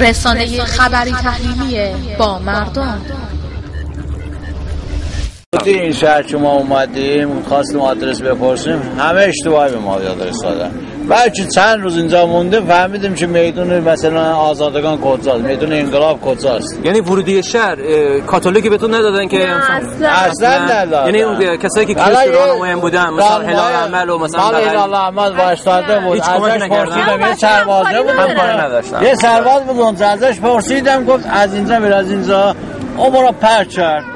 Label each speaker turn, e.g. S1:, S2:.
S1: رسانه خبری تحریمیه با مردم
S2: توی این شهر که ما اومدیم خواستیم آدرس بپرسیم همه اشتباهی به ما آدرس دادن بعد که چند روز اینجا مونده فهمیدیم که میدون مثلا آزادگان کدزاست میدون انقلاب کدزاست
S3: یعنی ورودی شهر اه، کاتولیکی بهتون ندادن که
S2: اصلا ندادن
S3: یعنی اون کسایی که
S2: حالا
S3: کلیس
S2: یه
S3: دوران مهم بودن مثلا
S2: راهنمای-
S3: هلال عمل و مثلا
S2: مال
S3: بغل.
S2: هلال عمل وایستاده بود
S3: هیچ کمکی
S2: ازش
S3: نکردن.
S2: پرسیدم یه
S4: همکاری
S2: سربازه بود
S3: همکاری نداشتن.
S2: یه سرباز بود اونجا ازش پرسیدم گفت از اینجا میره از اینجا اون برا پرچ کرد